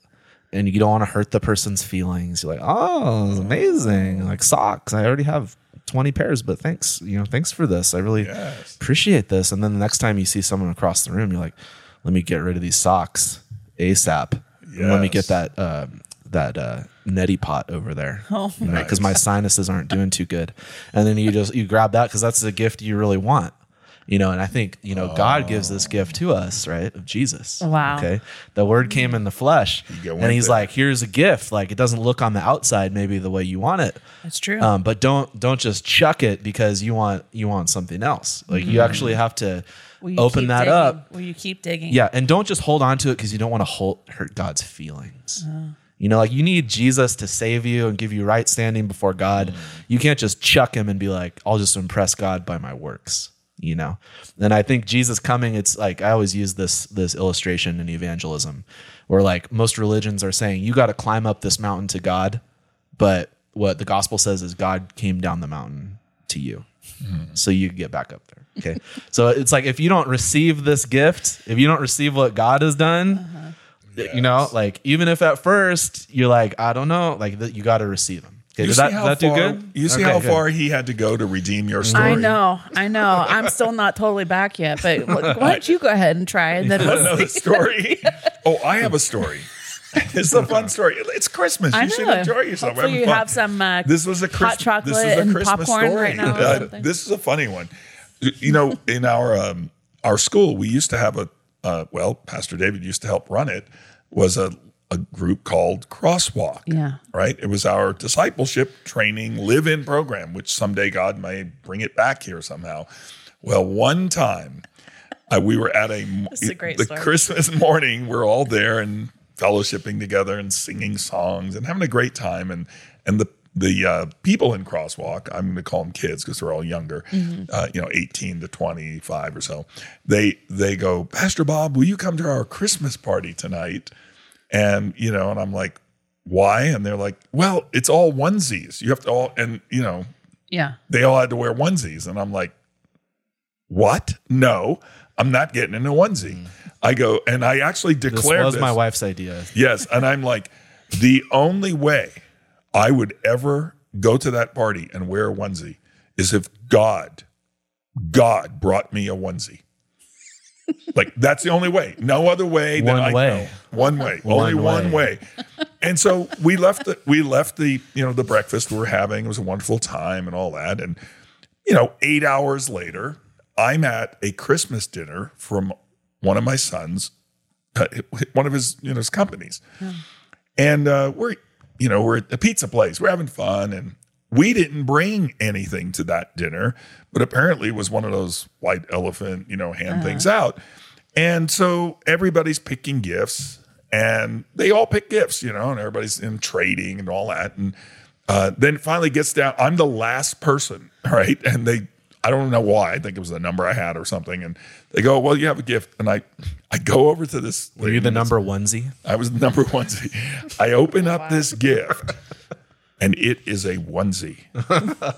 and you don't want to hurt the person's feelings. You're like, oh, it's amazing, like socks. I already have. 20 pairs but thanks you know thanks for this i really Yes. appreciate this and then the next time you see someone across the room you're like let me get rid of these socks asap and let me get Yes. that um that uh, neti pot over there *laughs* Oh. because my sinuses aren't doing too good. And then you just you grab that because that's the gift you really want, you know. And I think you know God gives this gift to us, right? Of Jesus. Wow. Okay, the Word came in the flesh, get one and He's thing. like, "Here's a gift. Like it doesn't look on the outside maybe the way you want it, that's true. um, but don't don't just chuck it because you want you want something else. Like you actually have to." Will Mm-hmm. you Open keep that digging? up Will you keep digging? yeah, and don't just hold on to it because you don't want to hold, hurt God's feelings. You know, like you need Jesus to save you and give you right standing before God. You can't just chuck him and be like, I'll just impress God by my works, you know. And I think Jesus coming, it's like I always use this this illustration in evangelism where like most religions are saying you got to climb up this mountain to God, but what the gospel says is God came down the mountain to you Mm-hmm. so you can get back up there. Okay. *laughs* so it's like if you don't receive this gift, if you don't receive what God has done, Uh-huh. th- you know, like even if at first you're like, I don't know, like th- you got to receive him. Okay. You Did see that, how that do far- good? You see Okay, how good. Mm. far he had to go to redeem your story. I know, I know. I'm still not totally back *laughs* *laughs* yet, but why don't you go ahead and try? And then I know the story. oh, I have a story. *laughs* It's a fun story. It's Christmas. I you should know. enjoy yourself. Hopefully having you fun. have some, uh, this was a hot Christ- chocolate This is a and Christmas popcorn story. right now or Uh, something. this is a funny one. You know, in our um, our school, we used to have a uh, well, Pastor David used to help run it. Was a a group called Crosswalk. Yeah. Right. It was our discipleship training live in program, which someday God may bring it back here somehow. Well, one time uh, we were at a, is a great the story. Christmas morning. We're all there and fellowshipping together and singing songs and having a great time. And and the the uh, people in crosswalk, I'm going to call them kids because they're all younger, Mm-hmm. uh, you know, 18 to 25 or so. They they go, Pastor Bob, will you come to our Christmas party tonight? And you know, and I'm like, why? And they're like, well, it's all onesies. You have to all and you know, Yeah. they all had to wear onesies. And I'm like, what? No, I'm not getting in a onesie. I go, and I actually This declared was this. my wife's idea. Yes. And I'm like, the only way I would ever go to that party and wear a onesie is if God, God brought me a onesie. like, that's the only way. No other way that One I way. know. One way. only One one way. And so we left the we left the, you know, the breakfast we were having. It was a wonderful time and all that. And you know, eight hours later, I'm at a Christmas dinner from one of my sons, uh, one of his, you know, his companies. And uh, we're, you know, we're at a pizza place. We're having fun. And we didn't bring anything to that dinner, but apparently it was one of those white elephant, you know, hand things out. And so everybody's picking gifts and they all pick gifts, you know, and everybody's in trading and all that. And uh, then it finally gets down. I'm the last person, *laughs* right? And they, I don't know why. I think it was the number I had or something. And they go, "Well, you have a gift." And I, I go over to this. Were you the lady that's- number onesie? I was the number *laughs* onesie. I open up this gift, and it is a onesie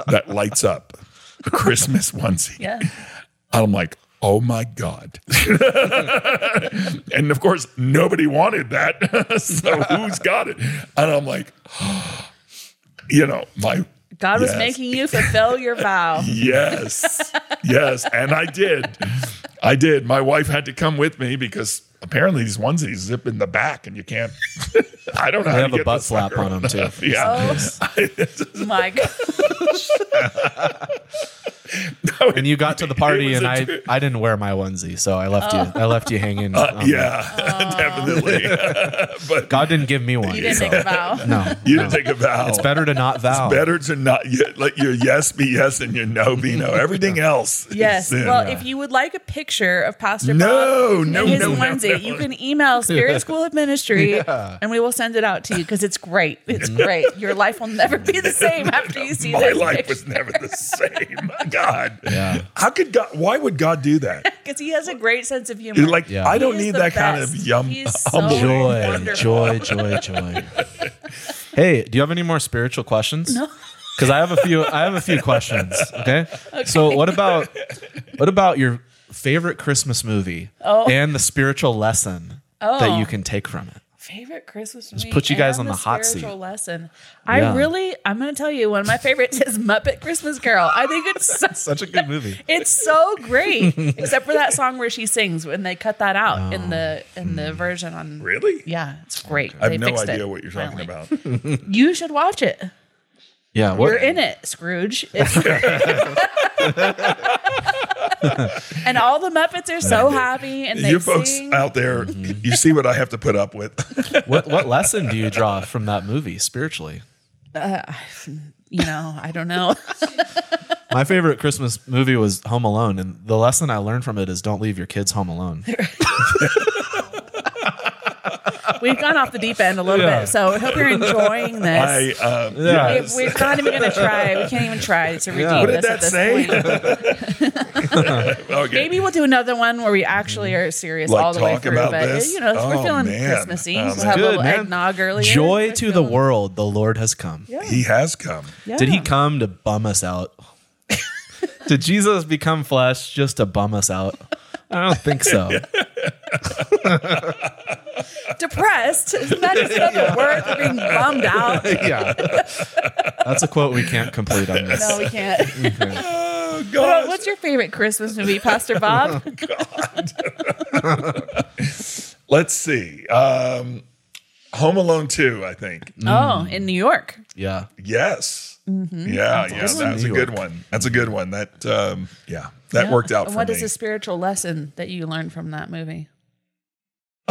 that lights up, a Christmas onesie. Yeah. I'm like, oh my God. *laughs* and of course, nobody wanted that. *laughs* so who's got it? And I'm like, *gasps* you know, my God was Yes. making you fulfill your *laughs* vow. yes, yes. And I did. I did. My wife had to come with me because apparently these onesies zip in the back and you can't. *laughs* I don't They know. how to have a get butt this flap sucker on them *laughs* too. Oh. Yeah. My God. And you got to the party, was and a I, two- I didn't wear my onesie, so I left you. I left you hanging. on the- Uh, yeah, *laughs* *laughs* definitely. but God didn't give me one. You didn't so- make a vow. no, you didn't take a vow. it's better to not vow. better to not y- let your yes be yes and your no be *laughs* no. Everything else. is Yes. sin. *laughs* Well, if you would like a picture of Pastor No, Bob no, in his no, no, onesie, no. you can email Spirit School of Ministry and we will send it out to you because it's great. It's Mm-hmm. great. Your life will never be *laughs* the same after you see my this life picture *laughs* was never the same. God, Yeah. how could God? Why would God do that? because he has a great sense of humor. You're like Yeah. I don't He is need the that kind best. of yum He is so humbling. joy, Wonderful. Oh, joy, joy, joy. hey, do you have any more spiritual questions? No. Because I have a few. I have a few questions. Okay? So what about what about your favorite Christmas movie Oh. and the spiritual lesson Oh. that you can take from it? favorite Christmas Just put you guys on the hot seat. Lesson. I Yeah. really, I'm going to tell you one of my favorites is Muppet Christmas Carol. I think it's so, Such a good movie. it's so great, except for that song where she sings when they cut that out in the in the version on. *laughs* Really? Yeah, it's great. I They have no fixed idea it, what you're talking finally. about. *laughs* You should watch it. Yeah. You're What? in it, Scrooge. It's great. *laughs* and all the Muppets are so happy, and they you folks uh, sing. out there, Mm-hmm. you see what I have to put up with. What? What lesson do you draw from that movie spiritually? you know, I don't know. *laughs* My favorite Christmas movie was Home Alone, and the lesson I learned from it is don't leave your kids *laughs* home alone. We've gone off the deep end a little Yeah. bit, so I hope you're *laughs* enjoying this. I um, Yeah. If we're not even going to try. We can't even try to redeem Yeah. What did this that at this say? point. *laughs* okay. Maybe we'll do another one where we actually are serious Like, all the way talk through. about but this? you know, we're Oh, feeling man. Christmassy. Oh, we'll man. have a Good, little man. eggnog earlier. Joy We're to the feeling- world, the Lord has come. he has come. Yeah. Did he come to bum us out? *laughs* Did Jesus become flesh just to bum us out? I don't think so. depressed? *laughs* Isn't that just another word for being bummed *laughs* out? yeah. That's a quote we can't complete *laughs* on this. No, we can't. Oh Well, God! What's your favorite Christmas movie, Pastor *laughs* Bob? Let's see. Um, Home Alone 2, I think. Mm. Oh, in New York. Yeah. Yes. Mm-hmm. Yeah, yeah. awesome. That's a New good York. one. That's a good one. That um yeah, that Yeah. worked out And for What me. is the spiritual lesson that you learned from that *laughs* movie?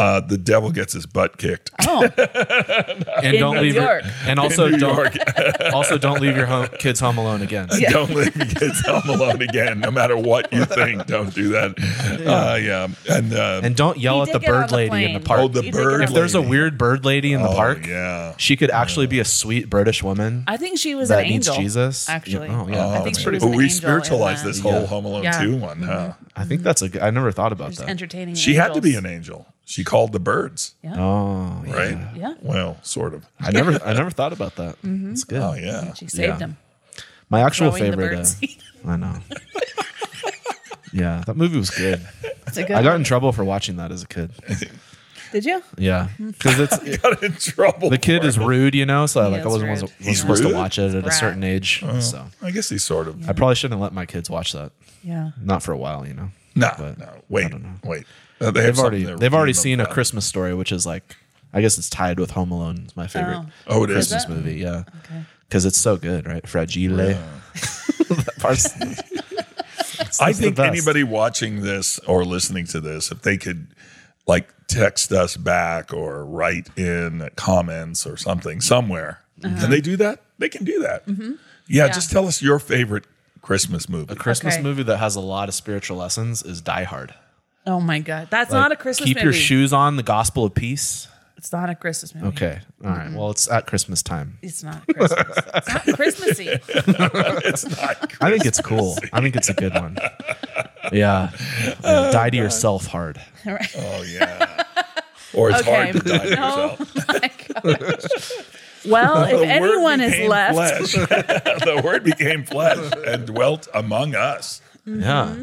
uh the devil gets his butt kicked. Oh, And In don't New leave York. Your, and also In New don't *laughs* York. *laughs* also don't leave your home, kids home alone again. Yeah. Don't leave me kids home alone again, no matter what you think. Don't do that. Uh, yeah. And, uh, And don't yell He at did the get on bird the lady in plane. the park. oh, the You think bird. it's- if there's a lady. weird bird lady in the Oh, park, yeah. she could actually be a sweet British woman I think she was that an needs angel. Jesus. Actually, Yeah. Oh, yeah. Oh, I think she man. was But an we angel in spiritualized that. this whole Yeah. Home Alone Yeah. 2 one, huh? I think that's a good. I never thought about Just that. entertaining. She had to be an angels. angel. She called the birds, Oh, yeah. right? Yeah. Well, sort of. I never, I never thought about that. That's good. Oh, yeah. She saved Yeah. him. My actual Throwing the favorite. birdseed. uh, I *laughs* know. yeah, that movie was good. It's a good. I got one. in trouble for watching that as a kid. Did you? *laughs* Yeah, because it's *laughs* Got in trouble. the kid for is it. rude, you know. So like I it's wasn't, rude. wasn't, wasn't He's supposed rude? Uh-huh. to watch it at a Brat. certain age. So I guess he's sort of. I probably shouldn't let my kids watch that. Yeah. Not for a while, you know. No, But no. Wait, don't know. wait. Uh, they have They've already something to they've already redeem seen a about. Christmas story, which is like I guess it's tied with Home Alone. It's my favorite Oh. Oh, it is. Christmas that- movie. Yeah, Okay. because it's so good, right? Fragile. That part's- *laughs* it's *laughs* I the think best. anybody watching this or listening to this, if they could like text us back or write in comments or something somewhere, Uh-huh. can they do that? They can do that. Mm-hmm. Yeah, just tell us your favorite Christmas movie. Christmas Okay. movie that has a lot of spiritual lessons is Die Hard. Oh my God, that's not a Christmas Keep movie. your shoes on. The Gospel of Peace. It's not a Christmas movie. Okay. All right. Well, it's at Christmas time. It's not Christmas. *laughs* it's not Christmassy. it's not. I think it's cool. I think it's a good *laughs* one. Yeah. Uh, die to yourself hard. All right. Oh yeah. *laughs* Or it's Okay. hard to die *laughs* to No. Oh yourself. My gosh. *laughs* Well, if The word anyone is became left, flesh. *laughs* the word became flesh and dwelt among us. Mm-hmm. Yeah.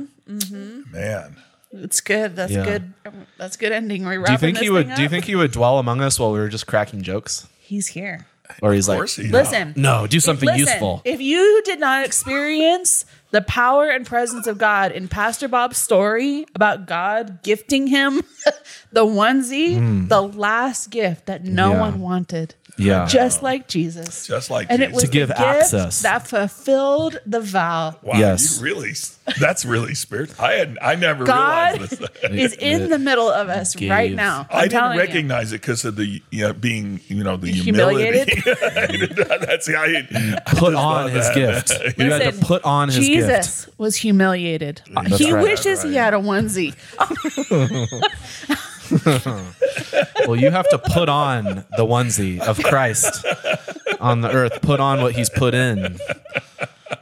Man. it's good. That's Yeah. good. That's good ending. We're Do wrapping you think this he would? thing Do you up. think he would dwell among us while we were just cracking jokes, he's here? or he's Of like, course he Listen. no, do something Listen, useful? If you did not experience the power and presence of God in Pastor Bob's story about God gifting him *laughs* the onesie, the last gift that no Hmm. Yeah. one wanted, Yeah. just like Jesus. Just like and it Jesus. was To give the gift access. that fulfilled the vow. Wow, Yes. you really that's really spiritual. I had I never God realized Is this. in the middle of us Gave. right now. *laughs* I'm I didn't telling you. recognize it because of the you know, being you know the Humiliated? humility. *laughs* that's the I, put on his gift. you had to Listen, put on his gift. Jesus was humiliated. That's he right. wishes he had a *laughs* onesie. Well, you have to put on the onesie of Christ on the earth. Put on what he's put in.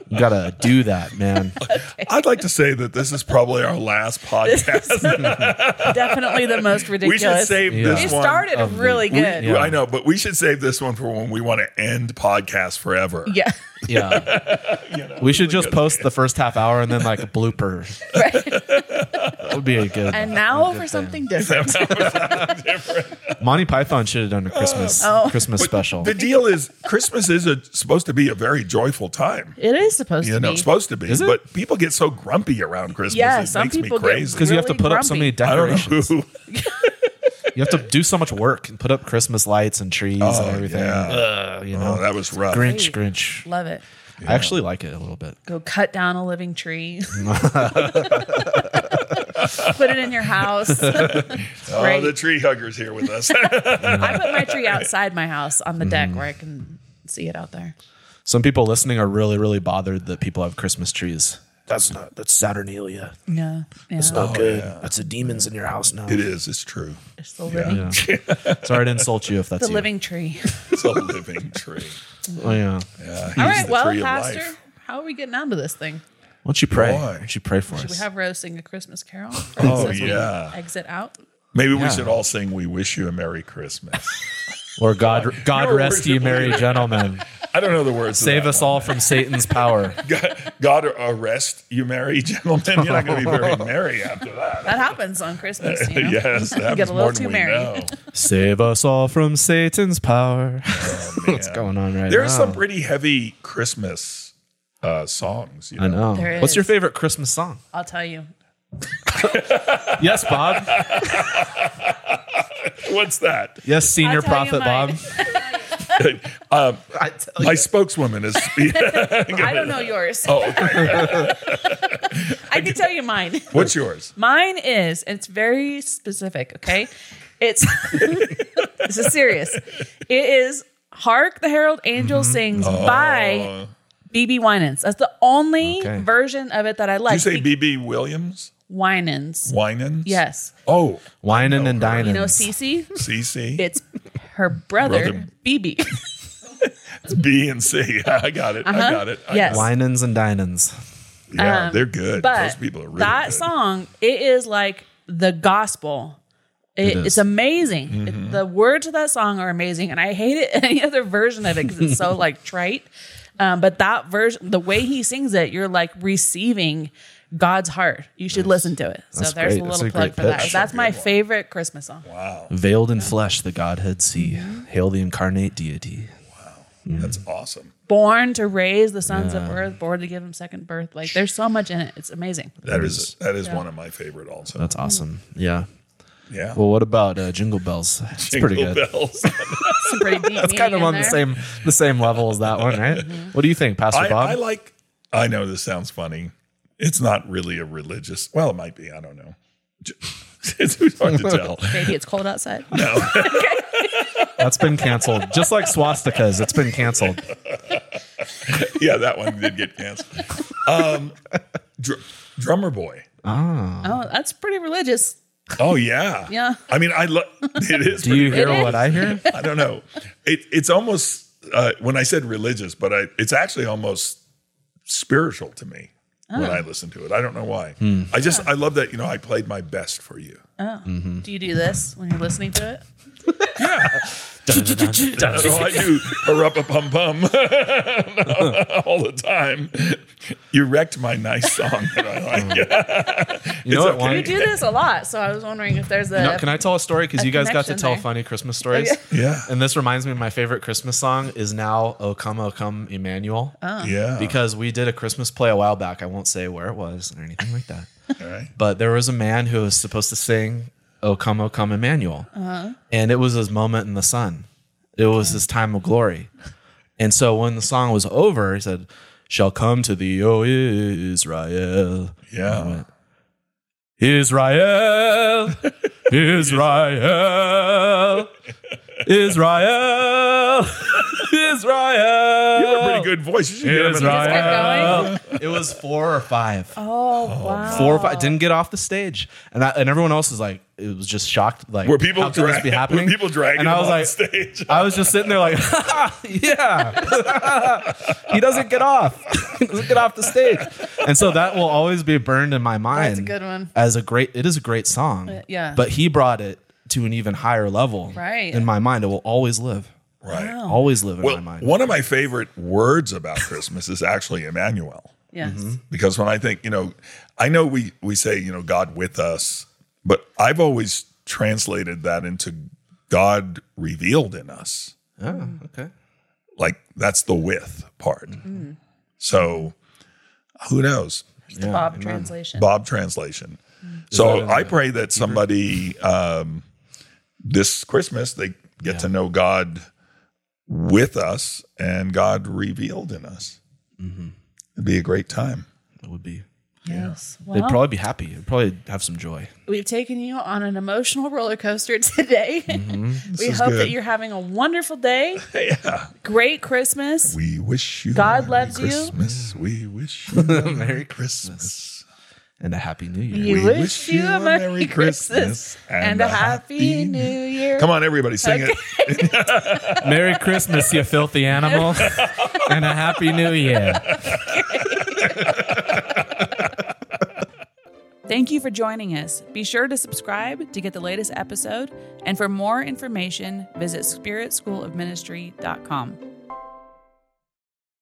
You gotta do that, man. *laughs* I'd like to say that this is probably *laughs* our last podcast. Definitely the most we should ridiculous. save Yeah. you this one. started of the- really We- good. yeah. I know, but we should save this one for when we want to end podcasts forever. *laughs* Yeah. Yeah. we should just because- post the first half hour and then like a blooper. Right. That would be a good. And now for something different. Monty Python should have done a Christmas Oh. Christmas special. The deal is Christmas is a, supposed to be a very joyful time. It is supposed You to know, be. it's supposed to be, Is it? but people get so grumpy around Christmas. Yeah, it some makes people me get crazy. because you have to really put up so grumpy. many I don't know decorations. who. You have to do so much work and put up Christmas lights and trees Oh, and everything. yeah. Ugh, you know, *laughs* Oh, that was rough. Grinch, Grinch. Love it. I actually like it a little bit. Go cut down a living *laughs* tree. *laughs* put it in your house. *laughs* *laughs* Oh, Great. the tree huggers here with us. *laughs* I put my tree outside my house on the Mm-hmm. deck where I can see it out there. Some people listening are really, really bothered that people have Christmas trees. That's not. That's Saturnalia. Yeah. Yeah. It's, Not good. That's the demons in your house now. it is. It's true. the living, Sorry to insult you if that's the you. living tree. It's a living tree. Oh, yeah. Why Yeah, he's All right. the Well, tree of Pastor, *laughs* life. how are we getting onto this thing? don't you pray? Boy. Why don't you pray for We us? have Rose sing a Christmas carol. *laughs* Oh As we yeah. Exit out. Maybe we should all sing "We Wish You a Merry Christmas." or God, God You're a rest ye worship merry leader. *laughs* gentlemen. I don't know the words. to Save that us one. all from Satan's power. *laughs* God, God arrest you, merry *laughs* gentlemen. You're not going to *laughs* be very merry after that. That happens on Christmas. *laughs* You know? yes, that happens Get a little more than too we merry. *laughs* know. Save us all from Satan's power. *laughs* What's going on right Oh, There now? are some pretty heavy Christmas uh, songs. You know? I know. There What's your is. favorite Christmas song? *laughs* I'll tell you. Yes, Bob. What's that? Yes, senior I'll tell you prophet Bob. mine. *laughs* Um, I tell my spokeswoman is. *laughs* I don't know yours. oh, okay. *laughs* I can tell you mine. What's *laughs* yours? Mine is, and it's very specific, okay? It's *laughs* this is serious. It is Hark the Herald Angel Sings by Uh, BB Winans. That's the only Okay. version of it that I like. you say Be- BB Williams? Winans. Winans? Yes. Oh, Whining and dining. You know Cece? CC? It's her brother, Brother. BB. B and C. *laughs* I got it. Uh-huh. I got it. I Yes. got Winings and dinings. it. Yeah, Um, they're good. but Those people are really that good. song it is like the gospel it, It is. Mm-hmm. it's amazing It- the words of that song are amazing and i hate it *laughs* any other version of it because it's so *laughs* like trite um, but that version the way he sings it you're like receiving god's heart you should listen to it so That's there's great. a That's little a plug great for that pitch. that's my favorite christmas song Wow. Veiled in flesh, the Godhead see. Mm-hmm. Hail the incarnate deity. Mm. That's awesome. born to raise the sons of earth born to give them second birth like there's so much in it it's amazing That is that is one of my favorite also. Mm. That's awesome. Yeah. yeah. Well, what about uh, Jingle Bells? It's pretty Jingle good. *laughs* bells. some pretty deep It's kind of on the same the same level as that one, right? Mm-hmm. What do you think, Pastor I, Bob? I like I know this sounds funny. It's not really a religious well, it might be, I don't know. *laughs* It's hard to *laughs* tell. maybe it's cold outside That's been canceled. Just like swastikas, it's been canceled. Yeah, that one did get canceled. Um, Dr- Drummer Boy. oh that's pretty religious Oh yeah. Yeah. I mean, I love it is. Do you pretty- hear what I hear? I don't know. It, it's almost uh, when I said religious, but I, it's actually almost spiritual to me when I listen to it. I don't know why. Hmm. I just I love that you know I played my best for you. Do you do this when you're listening to it? So I do up a pum pum *laughs* all the time. You wrecked my nice song that I *laughs* like. You know what? You Juan? do this a lot, so I was wondering if there's a. No, can I tell a story? Because a you guys got to connection tell there. Oh, funny Christmas stories. yeah, And this reminds me of my favorite Christmas song is now O Come, O Come, Emmanuel. Oh. yeah. Oh. Because we did a Christmas play a while back. I won't say where it was or anything like that. all right. But there was a man who was supposed to sing O Come, O Come, Emmanuel. Uh-huh. And it was his moment in the sun, it was his time of glory. And so when the song was over, he said, Shall come to thee, O Israel. yeah. *laughs* Israel, Israel, Israel, Israel. *laughs* You have a pretty good voice. You should get him in the- Israel. Israel. It was four or five. Oh, wow. Four or five. Didn't get off the stage, and I, and everyone else is like, it was just shocked. Like, Were people how could this *laughs* drag- be happening? were people dragging And I him was off like, the *laughs* stage? I was just sitting there like, yeah, *laughs* he doesn't get off. *laughs* he doesn't get off the stage, and so that will always be burned in my mind. a good one. Uh, As a great, it is a great song. yeah. but he brought it to an even higher level. Right. Oh. In my mind, it will always live. Right. Always live in Well, my mind. one of my favorite words about Christmas is actually Emmanuel. Yes. Mm-hmm. because when I think, you know, I know we we say, you know, God with us, but I've always translated that into God revealed in us. Oh, okay. Like that's the with part. So who knows? The Bob translation. Bob translation. So I pray Mm. that Mm-hmm. somebody um, this Christmas they get to know God with us and God revealed in us. Mm-hmm. It'd be a great time. It would be. Yes. Wow. They'd probably be happy. They'd probably have some joy. We've taken you on an emotional roller coaster *laughs* today. we Mm-hmm. is hope that good. you're having a wonderful day. Yeah. Great Christmas. We wish you God a loves you. Merry Christmas. We wish *laughs* you a Merry Christmas. and a happy new year. We, We wish, wish you a Merry, Christmas, and, a Happy New Year. Come on, everybody, sing it. Merry Christmas, you filthy animal, and a happy new year. Thank you for joining us. Be sure to subscribe to get the latest episode. And for more information, visit spiritschoolofministry.com.